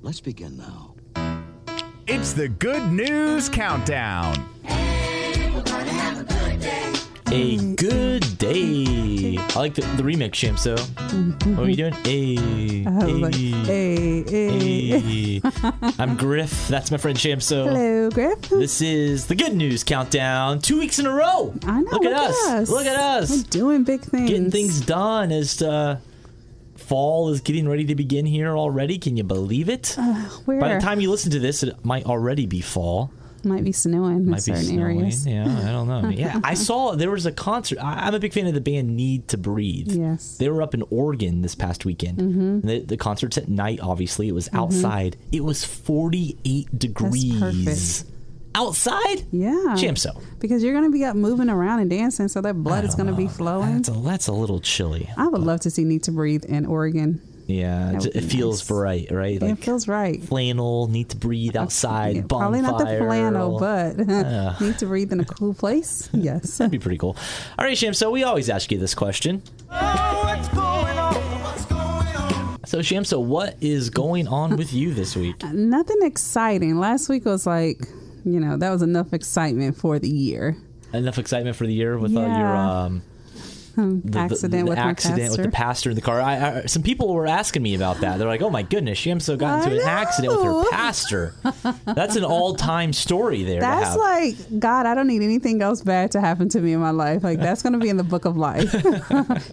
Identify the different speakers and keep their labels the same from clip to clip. Speaker 1: Let's begin now.
Speaker 2: It's the good news countdown.
Speaker 3: A good day. I like the, the remix, Sham. So, what are you doing? A.
Speaker 4: I was like, hey, hey.
Speaker 3: am Griff. That's my friend Sham. So.
Speaker 4: Hello, Griff.
Speaker 3: This is the good news countdown. Two weeks in a row.
Speaker 4: I know.
Speaker 3: Look, at, us. Look at
Speaker 4: We're
Speaker 3: us.
Speaker 4: doing big things.
Speaker 3: Getting things done as uh, fall is getting ready to begin here already. Can you believe it?
Speaker 4: Where
Speaker 3: By the time you listen to this, it might already be fall.
Speaker 4: might be snowing in
Speaker 3: Might be
Speaker 4: certain
Speaker 3: snowing.
Speaker 4: areas.
Speaker 3: Yeah, I don't know. Yeah, I saw there was a concert. I, I'm a big fan of the band Need to Breathe.
Speaker 4: Yes. Mm-hmm.
Speaker 3: They were up in Oregon this past weekend. And the, the concert's at night, obviously. It was outside. It was 48 degrees. Outside?
Speaker 4: Yeah.
Speaker 3: Chamso.
Speaker 4: Because you're going to be up moving around and dancing, so that blood is going to be flowing.
Speaker 3: That's a, that's a little chilly.
Speaker 4: I would love to see Need to Breathe in Oregon.
Speaker 3: Yeah, it,
Speaker 4: would
Speaker 3: it
Speaker 4: be
Speaker 3: feels right,
Speaker 4: nice.
Speaker 3: right?
Speaker 4: it feels right.
Speaker 3: flannel, need to breathe outside,
Speaker 4: Yeah,
Speaker 3: bonfire. uh.
Speaker 4: probably not the flannel, but Need to Breathe in a cool place. Yes.
Speaker 3: That'd be pretty cool. All right, Shamso, we always ask you this question. So, Shamso, what is going on with you this week?
Speaker 4: Nothing exciting. Last week was like, you know, that was enough excitement for the year.
Speaker 3: Enough excitement for the year with uh, your
Speaker 4: Yeah.
Speaker 3: um, the- the-
Speaker 4: accident
Speaker 3: the
Speaker 4: with
Speaker 3: accident
Speaker 4: my pastor.
Speaker 3: with the pastor in the car. I, I, some people were asking me about that. They're like, "Oh my goodness, Shamso got
Speaker 4: I
Speaker 3: into an accident with her
Speaker 4: know.
Speaker 3: pastor." That's an all-time story there. to
Speaker 4: That's
Speaker 3: have.
Speaker 4: like God. I don't need anything else bad to happen to me in my life. Like that's gonna be in the book of life.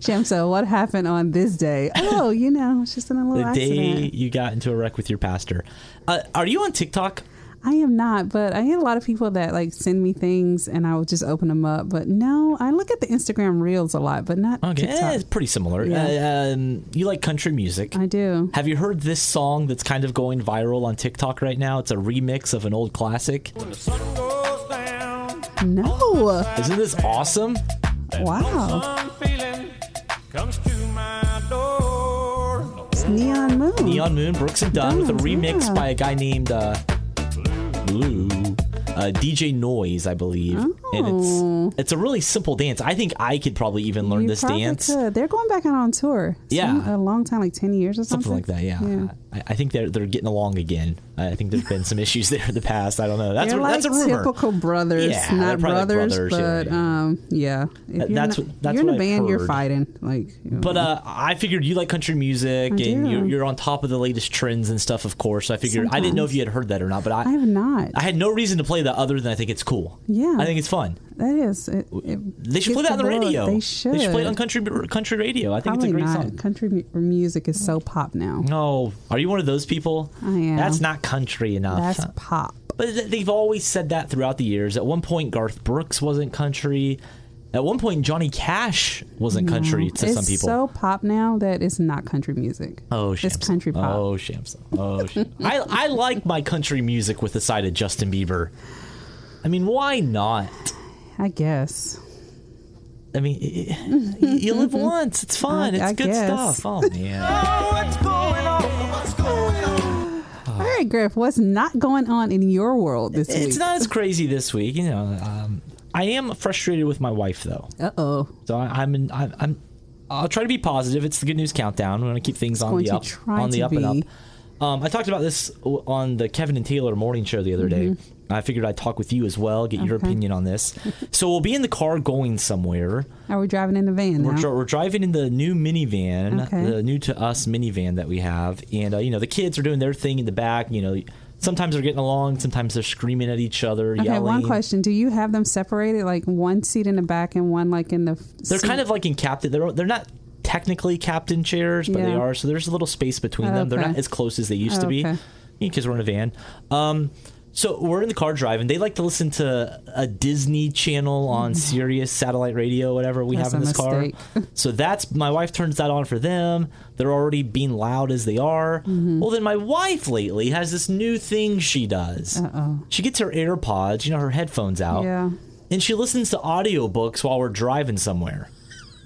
Speaker 4: Shamso, what happened on this day? Oh, you know, it's just in a little
Speaker 3: the day
Speaker 4: accident.
Speaker 3: you got into a wreck with your pastor. Uh, are you on TikTok?
Speaker 4: I am not, but I get a lot of people that like send me things, and I will just open them up. But no, I look at the Instagram Reels a lot, but not
Speaker 3: Okay, eh,
Speaker 4: TikTok.
Speaker 3: it's pretty similar.
Speaker 4: Yeah.
Speaker 3: Uh, um, you like country music.
Speaker 4: I do.
Speaker 3: Have you heard this song that's kind of going viral on TikTok right now? It's a remix of an old classic.
Speaker 4: No,
Speaker 3: Isn't this awesome?
Speaker 4: wow, it's Neon Moon.
Speaker 3: Neon Moon, Brooks and Dunn, with a
Speaker 4: Dunn,
Speaker 3: remix
Speaker 4: Oh, yeah.
Speaker 3: by a guy named uh, Ooh, uh, DJ Noise, I believe. And
Speaker 4: Oh.
Speaker 3: it's it's a really simple dance. I think I could probably even learn
Speaker 4: You
Speaker 3: this
Speaker 4: probably
Speaker 3: dance.
Speaker 4: could. They're going back out on tour.
Speaker 3: Yeah.
Speaker 4: Some- a long time, like ten years or something,
Speaker 3: something like that. Yeah, I, I think they're they're getting along again. I I think there's been some issues there in the past. I don't know. That's
Speaker 4: They're
Speaker 3: a,
Speaker 4: like
Speaker 3: that's a rumor.
Speaker 4: typical brothers,
Speaker 3: Yeah, they're
Speaker 4: not
Speaker 3: probably like
Speaker 4: brothers,
Speaker 3: brothers, yeah,
Speaker 4: but
Speaker 3: yeah.
Speaker 4: um, yeah. If
Speaker 3: That-
Speaker 4: you're
Speaker 3: that's
Speaker 4: not-
Speaker 3: what- that's
Speaker 4: you're in
Speaker 3: what
Speaker 4: a
Speaker 3: I've
Speaker 4: band, you're
Speaker 3: heard.
Speaker 4: fighting like. you know.
Speaker 3: But uh, I figured you like country music
Speaker 4: I
Speaker 3: and
Speaker 4: do.
Speaker 3: you're, you're on top of the latest trends and stuff, of course. So I figured I didn't know if you had heard that or not, but I,
Speaker 4: I have not.
Speaker 3: I had no reason to play that other than I think it's cool.
Speaker 4: Yeah.
Speaker 3: I think it's fun.
Speaker 4: that is, it, it
Speaker 3: They should
Speaker 4: gets
Speaker 3: play that on the
Speaker 4: blood.
Speaker 3: radio.
Speaker 4: They should.
Speaker 3: play it on country country radio. I think
Speaker 4: Probably
Speaker 3: it's a great
Speaker 4: not.
Speaker 3: song.
Speaker 4: Country mu- music is so pop now.
Speaker 3: No, are you one of those people?
Speaker 4: I am.
Speaker 3: That's not country enough.
Speaker 4: That's pop.
Speaker 3: But th- they've always said that throughout the years. At one point, Garth Brooks wasn't country. At one point, Johnny Cash wasn't country to
Speaker 4: Um, it's
Speaker 3: some people.
Speaker 4: so pop now that it's not country music.
Speaker 3: oh,
Speaker 4: it's
Speaker 3: Shamsa.
Speaker 4: country pop.
Speaker 3: Oh, Shamsa. Oh, Shamsa. I, I like my country music with the side of Justin Bieber. I mean, why not?
Speaker 4: I guess.
Speaker 3: I mean, it- it- you live once. It's fun.
Speaker 4: Mm-hmm. I-
Speaker 3: it's
Speaker 4: I
Speaker 3: good
Speaker 4: guess.
Speaker 3: stuff. Oh, man. Oh.
Speaker 4: All right, Griff, what's not going on in your world this
Speaker 3: it's
Speaker 4: week?
Speaker 3: not as crazy this week. You know, um, I am frustrated with my wife, though.
Speaker 4: Uh oh.
Speaker 3: So I, I'm, in, I, I'm, I'll try to be positive. It's the good news countdown. We're gonna keep things on
Speaker 4: going
Speaker 3: the
Speaker 4: to
Speaker 3: up,
Speaker 4: try
Speaker 3: on the
Speaker 4: to
Speaker 3: up and
Speaker 4: be.
Speaker 3: up. Um, I talked about this w- on the Kevin and Taylor morning show the other day.
Speaker 4: Mm-hmm.
Speaker 3: I figured I'd talk with you as well, get
Speaker 4: Uh-huh.
Speaker 3: your opinion on this. so we'll be in the car going somewhere.
Speaker 4: Are we driving in the van now?
Speaker 3: We're, dri- we're driving in the new minivan,
Speaker 4: Okay.
Speaker 3: the new to us minivan that we have, and uh, you know the kids are doing their thing in the back. You know, sometimes they're getting along, sometimes they're screaming at each other,
Speaker 4: Okay,
Speaker 3: yelling.
Speaker 4: one question. Do you have them separated, like one seat in the back and one like in the? f-
Speaker 3: They're
Speaker 4: seat?
Speaker 3: kind of like in captain. They're they're not technically captain chairs, but they
Speaker 4: Yeah.
Speaker 3: are. So there's a little space between them. They're
Speaker 4: Okay.
Speaker 3: not as close as they used to
Speaker 4: Okay.
Speaker 3: be because we're in a van. Um, so we're in the car driving. They like to listen to a Disney Channel on Sirius satellite radio, whatever we
Speaker 4: That's
Speaker 3: have in
Speaker 4: a
Speaker 3: this
Speaker 4: mistake.
Speaker 3: car. So that's my wife turns that on for them. They're already being loud as they are.
Speaker 4: Mm-hmm.
Speaker 3: Well, then my wife lately has this new thing she does.
Speaker 4: Uh-oh.
Speaker 3: She gets her AirPods, you know, her headphones out
Speaker 4: Yeah.
Speaker 3: and she listens to audiobooks while we're driving somewhere.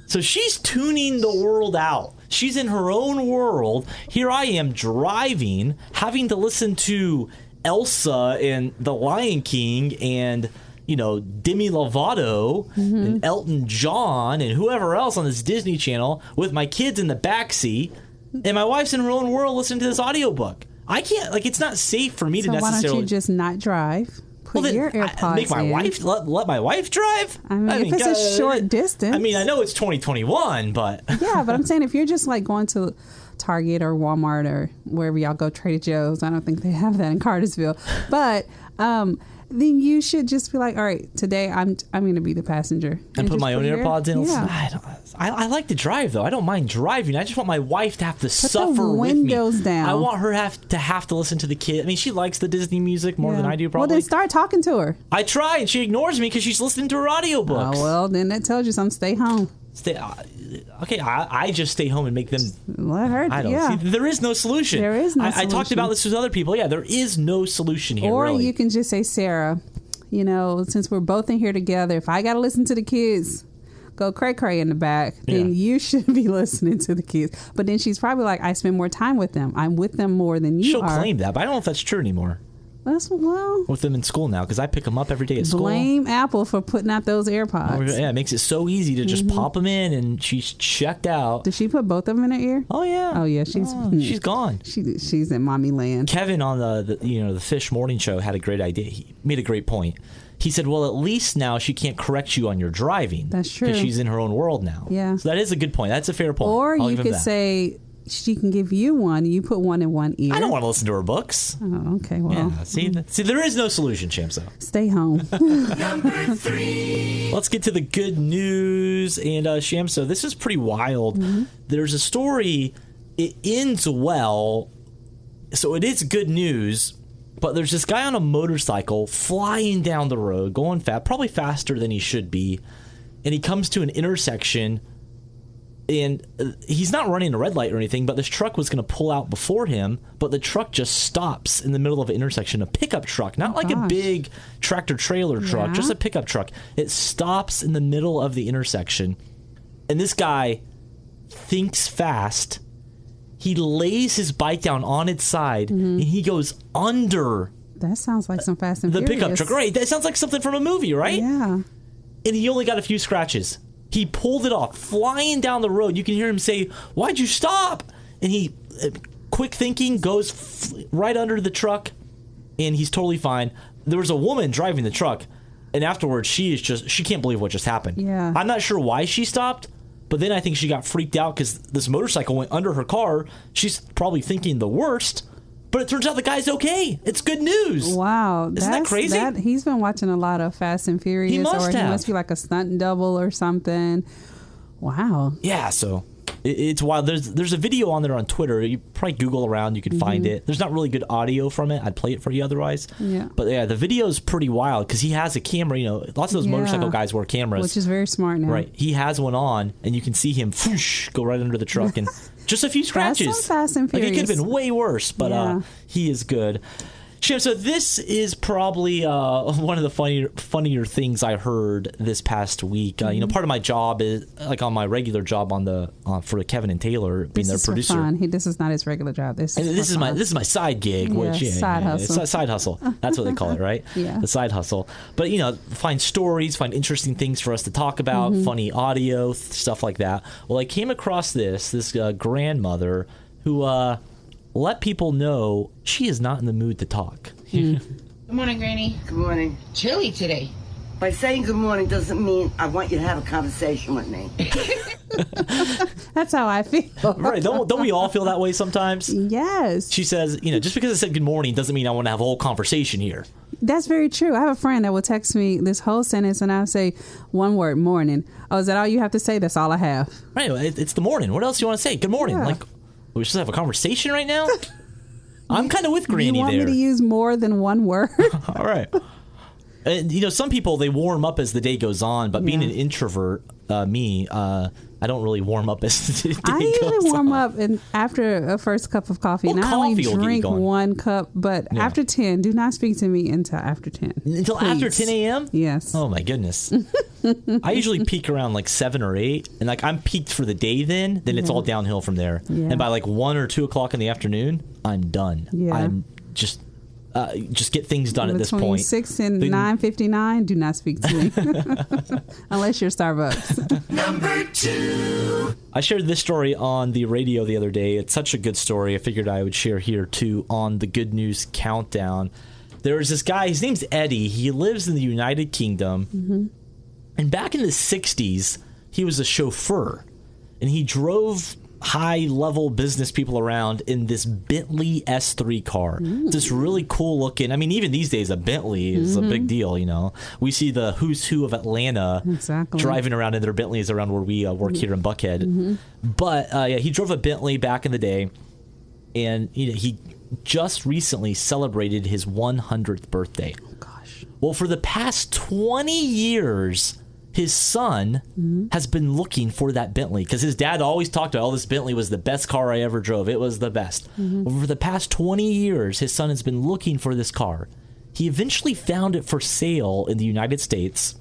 Speaker 3: So she's tuning the world out. She's in her own world. Here I am driving, having to listen to Elsa and The Lion King and you know Demi Lovato
Speaker 4: Mm-hmm.
Speaker 3: and Elton John and whoever else on this Disney Channel with my kids in the backseat and my wife's in her own world listening to this audiobook. I can't like it's not safe for me
Speaker 4: So
Speaker 3: to
Speaker 4: why
Speaker 3: necessarily
Speaker 4: don't you just not drive? Put
Speaker 3: Well, then,
Speaker 4: your
Speaker 3: I-
Speaker 4: AirPods
Speaker 3: make my
Speaker 4: in.
Speaker 3: wife let, let my wife drive.
Speaker 4: I mean, if it's a
Speaker 3: God,
Speaker 4: short distance.
Speaker 3: I mean, I know it's 2021, but
Speaker 4: Yeah, but I'm saying if you're just like going to Target or Walmart or wherever y'all go, Trader Joe's, I don't think they have that in Cartersville. But um, then you should just be like, all right, today I'm I'm going to be the passenger
Speaker 3: and put
Speaker 4: just
Speaker 3: my own
Speaker 4: your-
Speaker 3: AirPods in.
Speaker 4: Yeah.
Speaker 3: I, don't, I, I like to drive though. I don't mind driving. I just want my wife to have to
Speaker 4: the
Speaker 3: suffer with me.
Speaker 4: windows down.
Speaker 3: I want her have to have to listen to the kid. I mean, she likes the Disney music more than
Speaker 4: Yeah.
Speaker 3: I do.
Speaker 4: Well,
Speaker 3: Probably.
Speaker 4: then start talking to her.
Speaker 3: I try, and she ignores me because she's listening to her audiobooks.
Speaker 4: Oh well, then that tells you something. Stay home.
Speaker 3: Stay, uh, okay, I, I just stay home and make them.
Speaker 4: Let her.
Speaker 3: I don't.
Speaker 4: yeah.
Speaker 3: See, there is no solution.
Speaker 4: There is no
Speaker 3: I, I talked
Speaker 4: solution.
Speaker 3: about this with other people. Yeah, there is no solution here.
Speaker 4: or
Speaker 3: really.
Speaker 4: you can just say, Sarah, you know, since we're both in here together, if I got to listen to the kids go cray cray in the back, then
Speaker 3: Yeah.
Speaker 4: you should be listening to the kids. But then she's probably like, I spend more time with them. I'm with them more than you
Speaker 3: She'll
Speaker 4: are.
Speaker 3: claim that, but I don't know if that's true anymore
Speaker 4: That's well.
Speaker 3: with them in school now because I pick them up every day at school. Oh,
Speaker 4: Blame Apple for putting out those AirPods.
Speaker 3: Yeah, it makes it so easy to just pop them in, and she's checked out.
Speaker 4: Mm-hmm. Did she put both of them in her ear?
Speaker 3: Oh yeah.
Speaker 4: Oh, yeah, she's-
Speaker 3: Oh, she's gone.
Speaker 4: She she's in mommy land.
Speaker 3: Kevin on the, the you know the Fish Morning Show had a great idea. He made a great point. He said, "Well, at least now she can't correct you on your driving.
Speaker 4: That's true.
Speaker 3: Because she's in her own world now.
Speaker 4: Yeah.
Speaker 3: So that is a good point. That's a fair point.
Speaker 4: Or
Speaker 3: I'll
Speaker 4: you
Speaker 3: give him
Speaker 4: could
Speaker 3: that.
Speaker 4: say she can give you one. You put one in one ear.
Speaker 3: I don't want to listen to her books.
Speaker 4: Oh, okay. Well,
Speaker 3: Yeah. See, th- see, there is no solution, Chamso.
Speaker 4: stay home.
Speaker 3: Let's get to the good news. And uh, Shamso, this is pretty wild.
Speaker 4: Mm-hmm.
Speaker 3: There's a story. It ends well, so it is good news. But there's this guy on a motorcycle flying down the road, going fast, probably faster than he should be, and he comes to an intersection. And uh, he's not running a red light or anything, but this truck was going to pull out before him. But the truck just stops in the middle of an intersection. A pickup truck, not like a
Speaker 4: gosh.
Speaker 3: big tractor trailer truck,
Speaker 4: Yeah.
Speaker 3: just a pickup truck. It stops in the middle of the intersection, and this guy thinks fast. He lays his bike down on its side,
Speaker 4: Mm-hmm.
Speaker 3: and he goes under
Speaker 4: That sounds like some Fast and
Speaker 3: the
Speaker 4: Furious.
Speaker 3: pickup truck. Right? That sounds like something from a movie, right?
Speaker 4: Yeah.
Speaker 3: And he only got a few scratches. He pulled it off, flying down the road. You can hear him say, "Why'd you stop?" And he, uh, quick thinking, goes f- right under the truck, and he's totally fine. There was a woman driving the truck, and afterwards, she is just she can't believe what just happened.
Speaker 4: Yeah.
Speaker 3: I'm not sure why she stopped. But then I think she got freaked out because this motorcycle went under her car. She's probably thinking the worst, but it turns out the guy's okay. It's good news.
Speaker 4: Wow.
Speaker 3: that
Speaker 4: that's-
Speaker 3: crazy?
Speaker 4: he's been watching a lot of Fast and Furious,
Speaker 3: must
Speaker 4: or he
Speaker 3: have.
Speaker 4: must be like a stunt double or something. Wow.
Speaker 3: Yeah, so it, it's wild. There's there's a video on there on Twitter. You probably Google around, you can find it. There's not really good audio from it. I'd play it for you otherwise.
Speaker 4: Mm-hmm. Yeah.
Speaker 3: But yeah, the video is pretty wild because he has a camera. You know, lots of those
Speaker 4: Yeah.
Speaker 3: motorcycle guys wear cameras.
Speaker 4: Which is very smart now.
Speaker 3: right. He has one on, and you can see him whoosh, go right under the truck and just a few scratches.
Speaker 4: some Fast and
Speaker 3: Like it could have
Speaker 4: Furious.
Speaker 3: been way worse, but uh,
Speaker 4: Yeah.
Speaker 3: he is good. Sham, so this is probably uh, one of the funnier, funnier things I heard this past week. Uh, you
Speaker 4: Mm-hmm.
Speaker 3: know, part of my job is like on my regular job on the uh, for Kevin and Taylor being
Speaker 4: This
Speaker 3: their
Speaker 4: is
Speaker 3: producer.
Speaker 4: for fun. He, this is not his regular job. This is,
Speaker 3: And this
Speaker 4: for
Speaker 3: is my
Speaker 4: fun.
Speaker 3: this is my side gig,
Speaker 4: Yeah,
Speaker 3: which yeah,
Speaker 4: side
Speaker 3: yeah, yeah,
Speaker 4: hustle.
Speaker 3: it's a side hustle. That's what they call it, right?
Speaker 4: Yeah.
Speaker 3: the side hustle. But you know, find stories, find interesting things for us to talk about,
Speaker 4: Mm-hmm.
Speaker 3: funny audio, th- stuff like that. Well, I came across this this uh, grandmother who uh, let people know she is not in the mood to talk.
Speaker 4: Mm.
Speaker 1: Good morning, Granny.
Speaker 5: Good morning.
Speaker 1: Chilly today.
Speaker 5: By saying good morning doesn't mean I want you to have a conversation with me.
Speaker 4: That's how I feel.
Speaker 3: right? Don't don't we all feel that way sometimes?
Speaker 4: yes.
Speaker 3: She says, you know, just because I said good morning doesn't mean I want to have a whole conversation here.
Speaker 4: That's very true. I have a friend that will text me this whole sentence and I'll say one word, morning. Oh, is that all you have to say? That's all I have.
Speaker 3: Right? it- It's the morning. What else do you want to say? Good morning.
Speaker 4: Yeah.
Speaker 3: Like, we supposed to have a conversation right now. I'm kind of with Granny
Speaker 4: you want
Speaker 3: there.
Speaker 4: me to use more than one word?
Speaker 3: All right. And, you know, some people they warm up as the day goes on, but being
Speaker 4: Yeah.
Speaker 3: an introvert, uh, me, uh, I don't really warm up as the day
Speaker 4: I usually
Speaker 3: goes
Speaker 4: warm
Speaker 3: on.
Speaker 4: up and after a first cup of coffee,
Speaker 3: Well,
Speaker 4: and I
Speaker 3: coffee will get you
Speaker 4: only drink
Speaker 3: going.
Speaker 4: one cup, but
Speaker 3: Yeah.
Speaker 4: after ten, do not speak to me until after ten.
Speaker 3: until after
Speaker 4: Please.
Speaker 3: 10 a.m.
Speaker 4: Yes.
Speaker 3: Oh my goodness. I usually peak around like seven or eight, and like I'm peaked for the day. Then, then it's all downhill from there.
Speaker 4: Yeah.
Speaker 3: And by like one or two o'clock in the afternoon, I'm done.
Speaker 4: Yeah.
Speaker 3: I'm just uh, just get things done at this
Speaker 4: Between
Speaker 3: point.
Speaker 4: six and
Speaker 3: The-
Speaker 4: nine fifty nine, do not speak to me unless you're Starbucks.
Speaker 3: I shared this story on the radio the other day. It's such a good story. I figured I would share here too on the Good News Countdown. There was this guy, his name's Eddie. He lives in the United
Speaker 4: Mm-hmm.
Speaker 3: Kingdom. And back in the 60s, he was a chauffeur and he drove high level business people around in this Bentley S3 car. It's This really cool looking. I mean, even these days, a Bentley is a big deal, you know? We see the who's who of Atlanta
Speaker 4: Exactly.
Speaker 3: driving around in their Bentleys around where we uh, work here in Buckhead. But uh, yeah, he drove a Bentley back in the day and you know, he just recently celebrated his 100th birthday.
Speaker 4: Gosh,
Speaker 3: Well, for the past 20 years, his son has been looking for that Bentley because his dad always talked about, oh, this Bentley was the best car I ever drove. It was the best. Well, for the past 20 years, his son has been looking for this car. He eventually found it for sale in the United States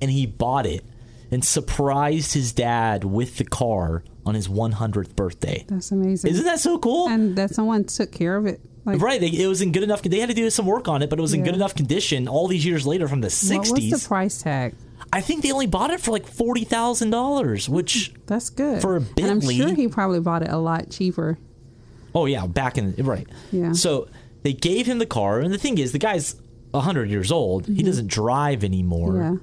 Speaker 3: and he bought it and surprised his dad with the car on his 100th birthday.
Speaker 4: that's amazing.
Speaker 3: Isn't that so cool?
Speaker 4: and that someone took care of it. Like,
Speaker 3: Right, they, it was in good enough. They had to do some work on it, but it was in
Speaker 4: Yeah.
Speaker 3: good enough condition. All these years later, from the
Speaker 4: What was the
Speaker 3: '60s,
Speaker 4: price tag?
Speaker 3: I think they only bought it for like forty thousand dollars. Which,
Speaker 4: That's good
Speaker 3: For a
Speaker 4: And I'm
Speaker 3: Bentley-
Speaker 4: sure he probably bought it a lot cheaper.
Speaker 3: oh yeah, back in right.
Speaker 4: Yeah.
Speaker 3: So they gave him the car, and the thing is, the guy's hundred years old. He doesn't drive anymore.
Speaker 4: Mm-hmm. Yeah,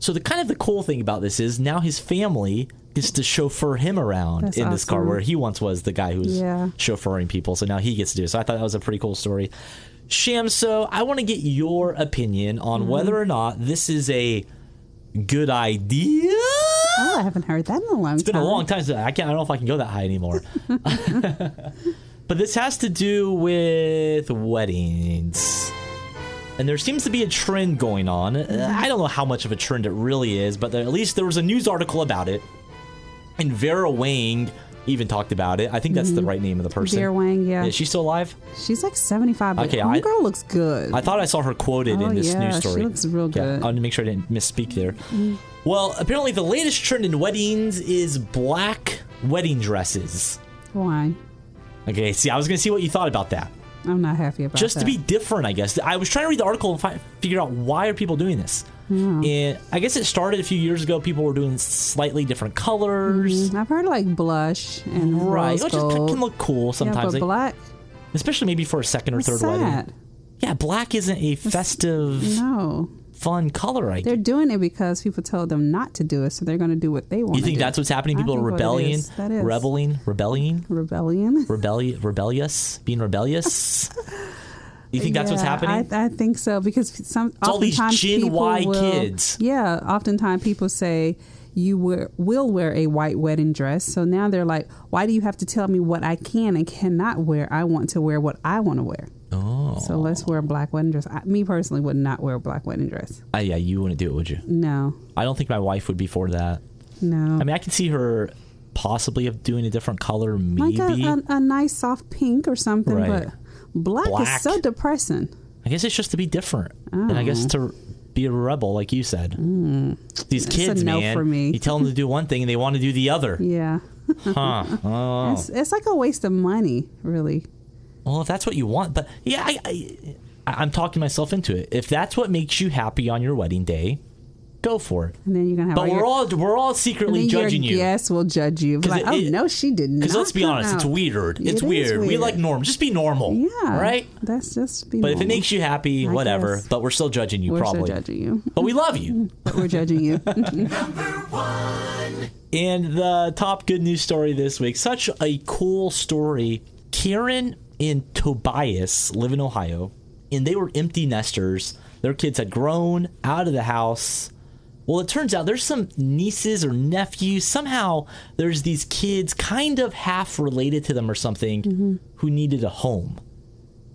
Speaker 3: So the kind of the cool thing about this is now his family gets to chauffeur him around
Speaker 4: That's
Speaker 3: in this car
Speaker 4: awesome.
Speaker 3: where he once was the guy who was
Speaker 4: Yeah.
Speaker 3: chauffeuring people. So now he gets to do it. So I thought that was a pretty cool story. Sham, so I want to get your opinion on
Speaker 4: Mm-hmm.
Speaker 3: whether or not this is a good idea.
Speaker 4: oh, I haven't heard that in a long
Speaker 3: It's been a long time since I can't I don't know if I can go that high anymore. but this has to do with weddings. And there seems to be a trend going on. Uh, I don't know how much of a trend it really is, but there, at least there was a news article about it. And Vera Wang even talked about it. I think that's the right name of the person.
Speaker 4: Mm-hmm. Vera Wang, yeah.
Speaker 3: Is she still alive?
Speaker 4: She's like 75, but
Speaker 3: Okay,
Speaker 4: okay,
Speaker 3: I-
Speaker 4: girl looks good.
Speaker 3: I thought I saw her quoted
Speaker 4: Oh,
Speaker 3: in this
Speaker 4: yeah,
Speaker 3: news
Speaker 4: she
Speaker 3: story.
Speaker 4: looks real
Speaker 3: Yeah,
Speaker 4: good. Mm-hmm.
Speaker 3: I wanted to make sure I didn't misspeak there. Well, apparently the latest trend in weddings is black wedding dresses.
Speaker 4: Why?
Speaker 3: Okay, see, I was gonna see what you thought about that.
Speaker 4: I'm not happy about
Speaker 3: Just
Speaker 4: that.
Speaker 3: to be different, I guess. I was trying to read the article and fi- figure out why are people doing this.
Speaker 4: Hmm.
Speaker 3: And I guess it started a few years ago. People were doing slightly different colors,
Speaker 4: I've heard like blush and
Speaker 3: right?
Speaker 4: Mm-hmm. rose
Speaker 3: Which is,
Speaker 4: gold.
Speaker 3: can look cool
Speaker 4: yeah,
Speaker 3: sometimes,
Speaker 4: but
Speaker 3: like-
Speaker 4: black.
Speaker 3: especially maybe for a second or
Speaker 4: It's
Speaker 3: third
Speaker 4: sad.
Speaker 3: wedding. Yeah, black isn't a festive,
Speaker 4: No,
Speaker 3: fun color. I
Speaker 4: they're doing it because people told them not to do it, so they're going to do what they want.
Speaker 3: You think
Speaker 4: do.
Speaker 3: that's what's happening?
Speaker 4: I
Speaker 3: People are
Speaker 4: think what it
Speaker 3: rebellion,
Speaker 4: is. That is.
Speaker 3: rebelling, rebelling,
Speaker 4: rebellion?
Speaker 3: rebelli- rebellious, being rebellious. You think that's what's
Speaker 4: Yeah,
Speaker 3: happening?
Speaker 4: I, I think so because some
Speaker 3: all these
Speaker 4: oftentimes
Speaker 3: Gen
Speaker 4: people
Speaker 3: Y
Speaker 4: will-
Speaker 3: kids.
Speaker 4: Yeah, oftentimes people say you wear, will wear a white wedding dress. So now they're like, why do you have to tell me what I can and cannot wear? I want to wear what I want to wear. Oh. So let's wear a black wedding dress. I, me personally would not wear a black wedding dress.
Speaker 3: Ah, yeah, you wouldn't do it, would you?
Speaker 4: No,
Speaker 3: I don't think my wife would be for that.
Speaker 4: no.
Speaker 3: I mean, I can see her possibly of doing a different color, maybe.
Speaker 4: like a, um, a, a nice soft pink or something,
Speaker 3: Right.
Speaker 4: but black,
Speaker 3: Black.
Speaker 4: is so depressing.
Speaker 3: I guess it's just to be different, and I guess to be a rebel, like you said. These
Speaker 4: Oh. Hmm. a
Speaker 3: kids,
Speaker 4: no
Speaker 3: man,
Speaker 4: for me.
Speaker 3: you tell them to do one thing and they want to do the other.
Speaker 4: Yeah.
Speaker 3: Huh. Oh.
Speaker 4: It's, it's like a waste of money, really.
Speaker 3: Well, if that's what you want, but yeah, I, I, I- I'm talking myself into it. If that's what makes you happy on your wedding day, go for it.
Speaker 4: And then you're going to have
Speaker 3: But
Speaker 4: all
Speaker 3: we're
Speaker 4: your
Speaker 3: all we're all secretly
Speaker 4: And then
Speaker 3: judging
Speaker 4: your
Speaker 3: you.
Speaker 4: Yes, will judge you. Be
Speaker 3: 'Cause
Speaker 4: Like,
Speaker 3: it-
Speaker 4: oh
Speaker 3: it-
Speaker 4: no, she did not.
Speaker 3: Because let's be honest, it's
Speaker 4: No.
Speaker 3: weird.
Speaker 4: It
Speaker 3: It's
Speaker 4: is
Speaker 3: weird. We
Speaker 4: weird.
Speaker 3: like normal. Just be normal.
Speaker 4: Yeah.
Speaker 3: Right?
Speaker 4: That's just be.
Speaker 3: But if it
Speaker 4: normal.
Speaker 3: makes you happy,
Speaker 4: I
Speaker 3: whatever.
Speaker 4: guess.
Speaker 3: But we're still judging you,
Speaker 4: we're
Speaker 3: probably.
Speaker 4: still judging you.
Speaker 3: But we love you.
Speaker 4: But we're judging you.
Speaker 3: And the top good news story this week. Such a cool story. Karen and Tobias live in Ohio, and they were empty nesters. Their kids had grown out of the house. Well, it turns out there's some nieces or nephews. Somehow there's these kids kind of half related to them or something
Speaker 4: Mm-hmm.
Speaker 3: who needed a home.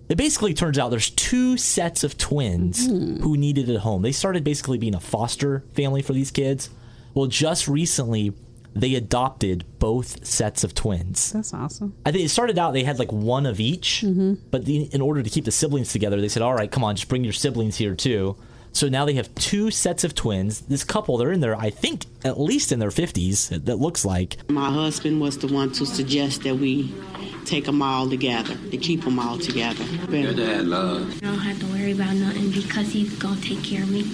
Speaker 3: It basically turns out there's two sets of twins
Speaker 4: Hmm.
Speaker 3: who needed a home. They started basically being a foster family for these kids. Well, just recently, they adopted both sets of twins.
Speaker 4: That's awesome.
Speaker 3: I think it started out they had like one
Speaker 4: Mm-hmm.
Speaker 3: of each, but the, in order to keep the siblings together, they said, "All right, come on, just bring your siblings here too." So now they have two sets of twins. This couple, they're in their, I think, at least in their 50s, that looks like.
Speaker 6: My husband was the one to suggest that we take them all together, to keep them all together.
Speaker 7: Your
Speaker 6: Been-
Speaker 7: dad loves.
Speaker 8: I don't have to worry about nothing because he's gonna take care of me.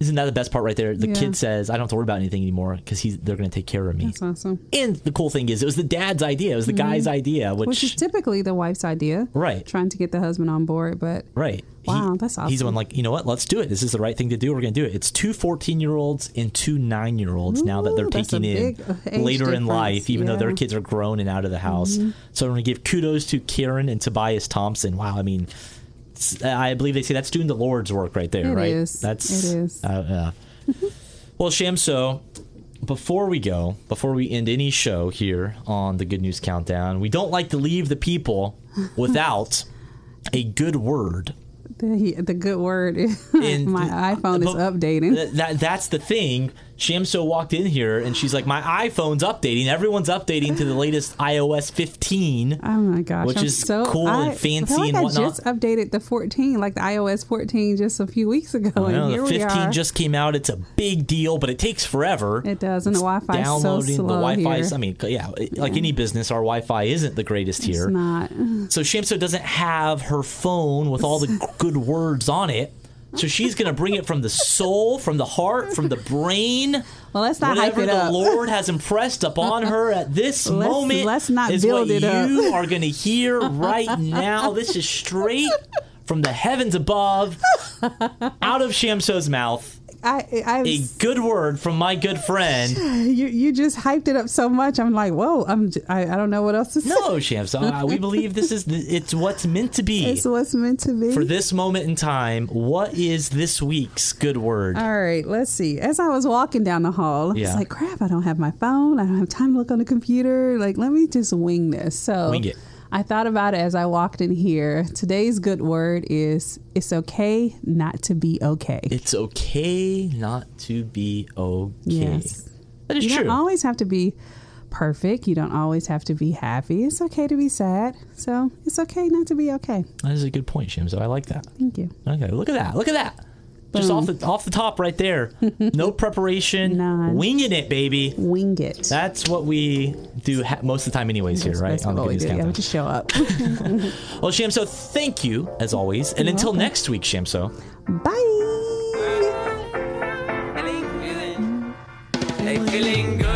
Speaker 3: Isn't that the best part right there? The
Speaker 4: Yeah.
Speaker 3: kid says, I don't have to worry about anything anymore because they're going to take care of me.
Speaker 4: That's awesome.
Speaker 3: And the cool thing is, it was the dad's idea. It was the guy's idea, which,
Speaker 4: Mm-hmm. Which is typically the wife's idea.
Speaker 3: Right.
Speaker 4: Trying to get the husband on board, but
Speaker 3: right. He-
Speaker 4: Wow, that's
Speaker 3: He's the one
Speaker 4: awesome.
Speaker 3: like, you know what? Let's do it. This is the right thing to do. We're going to do it. It's two 14 year olds and two nine year olds now that they're
Speaker 4: Ooh, that's a
Speaker 3: taking in
Speaker 4: big uh, age
Speaker 3: later in
Speaker 4: difference.
Speaker 3: life, even though their
Speaker 4: Yeah.
Speaker 3: kids are grown and out of the house.
Speaker 4: Mm-hmm.
Speaker 3: So I'm going to give kudos to Kieran and Tobias Thompson. Wow. I mean, it's- I believe they say that's doing the Lord's work right there,
Speaker 4: It
Speaker 3: right?
Speaker 4: is.
Speaker 3: That's
Speaker 4: It is.
Speaker 3: Uh, yeah. well, Sham, so before we go, before we end any show here on the Good News Countdown, we don't like to leave the people without a good word.
Speaker 4: the, he- the good word is
Speaker 3: And- uh,
Speaker 4: my iPhone is
Speaker 3: But
Speaker 4: updating.
Speaker 3: th- that that's the thing. Shamso walked in here and she's like, "My iPhone's updating. Everyone's updating to the latest iOS 15."
Speaker 4: Oh my gosh!
Speaker 3: Which
Speaker 4: I'm
Speaker 3: is
Speaker 4: so,
Speaker 3: cool and
Speaker 4: I feel
Speaker 3: fancy
Speaker 4: like
Speaker 3: and
Speaker 4: I
Speaker 3: whatnot.
Speaker 4: just updated the 14, like the iOS 14, just a few weeks ago,
Speaker 3: I know,
Speaker 4: and here
Speaker 3: the 15
Speaker 4: we are.
Speaker 3: just came out. It's a big deal, but it takes forever.
Speaker 4: it does, and the Wi-Fi is so
Speaker 3: downloading
Speaker 4: slow
Speaker 3: the Wi-Fi.
Speaker 4: here.
Speaker 3: is- I mean, yeah, like any business, our Wi-Fi isn't the greatest
Speaker 4: it's
Speaker 3: here.
Speaker 4: not.
Speaker 3: So Shamso doesn't have her phone with all the good words on it. So she's gonna bring it from the soul, from the heart, from the brain.
Speaker 4: Well, let's not hype
Speaker 3: Whatever
Speaker 4: it
Speaker 3: the
Speaker 4: up.
Speaker 3: Lord has impressed upon her at this
Speaker 4: Let's-
Speaker 3: moment
Speaker 4: let's not
Speaker 3: is
Speaker 4: build
Speaker 3: what
Speaker 4: it up.
Speaker 3: you are going to hear right now. This is straight from the heavens above, out of Shamso's mouth.
Speaker 4: I, I,
Speaker 3: A good word from my good friend.
Speaker 4: you, you just hyped it up so much. I'm like, whoa! I'm, j- I, I don't know what else to say.
Speaker 3: No, Shamso, uh, we believe this is the, it's what's meant to be.
Speaker 4: It's what's meant to be.
Speaker 3: for this moment in time, what is this week's good word?
Speaker 4: All right, let's see. As I was walking down the hall, I was
Speaker 3: Yeah.
Speaker 4: like, crap, I don't have my phone. I don't have time to look on the computer. Like, let me just wing this. So
Speaker 3: Wing it.
Speaker 4: I thought about it as I walked in here. Today's good word is it's okay not to be okay.
Speaker 3: It's okay not to be okay.
Speaker 4: Yes.
Speaker 3: That is
Speaker 4: you
Speaker 3: true.
Speaker 4: don't always have to be perfect. You don't always have to be happy. It's okay to be sad. So it's okay not to be okay.
Speaker 3: that is a good point, Shimzo. I like that.
Speaker 4: Thank you.
Speaker 3: Okay, look at that. Look at that. Just off the off the top right there. No preparation.
Speaker 4: None.
Speaker 3: Winging it, baby.
Speaker 4: Wing it.
Speaker 3: That's what we do ha- most of the time, anyways. Here,
Speaker 4: That's-
Speaker 3: right?
Speaker 4: that's
Speaker 3: On the
Speaker 4: what
Speaker 3: Good
Speaker 4: we
Speaker 3: News
Speaker 4: do. Yeah,
Speaker 3: Countdown.
Speaker 4: we just show up.
Speaker 3: Well, Shamso, thank you as always, and until next week, Shamso.
Speaker 4: Bye.
Speaker 7: Hey, feeling good.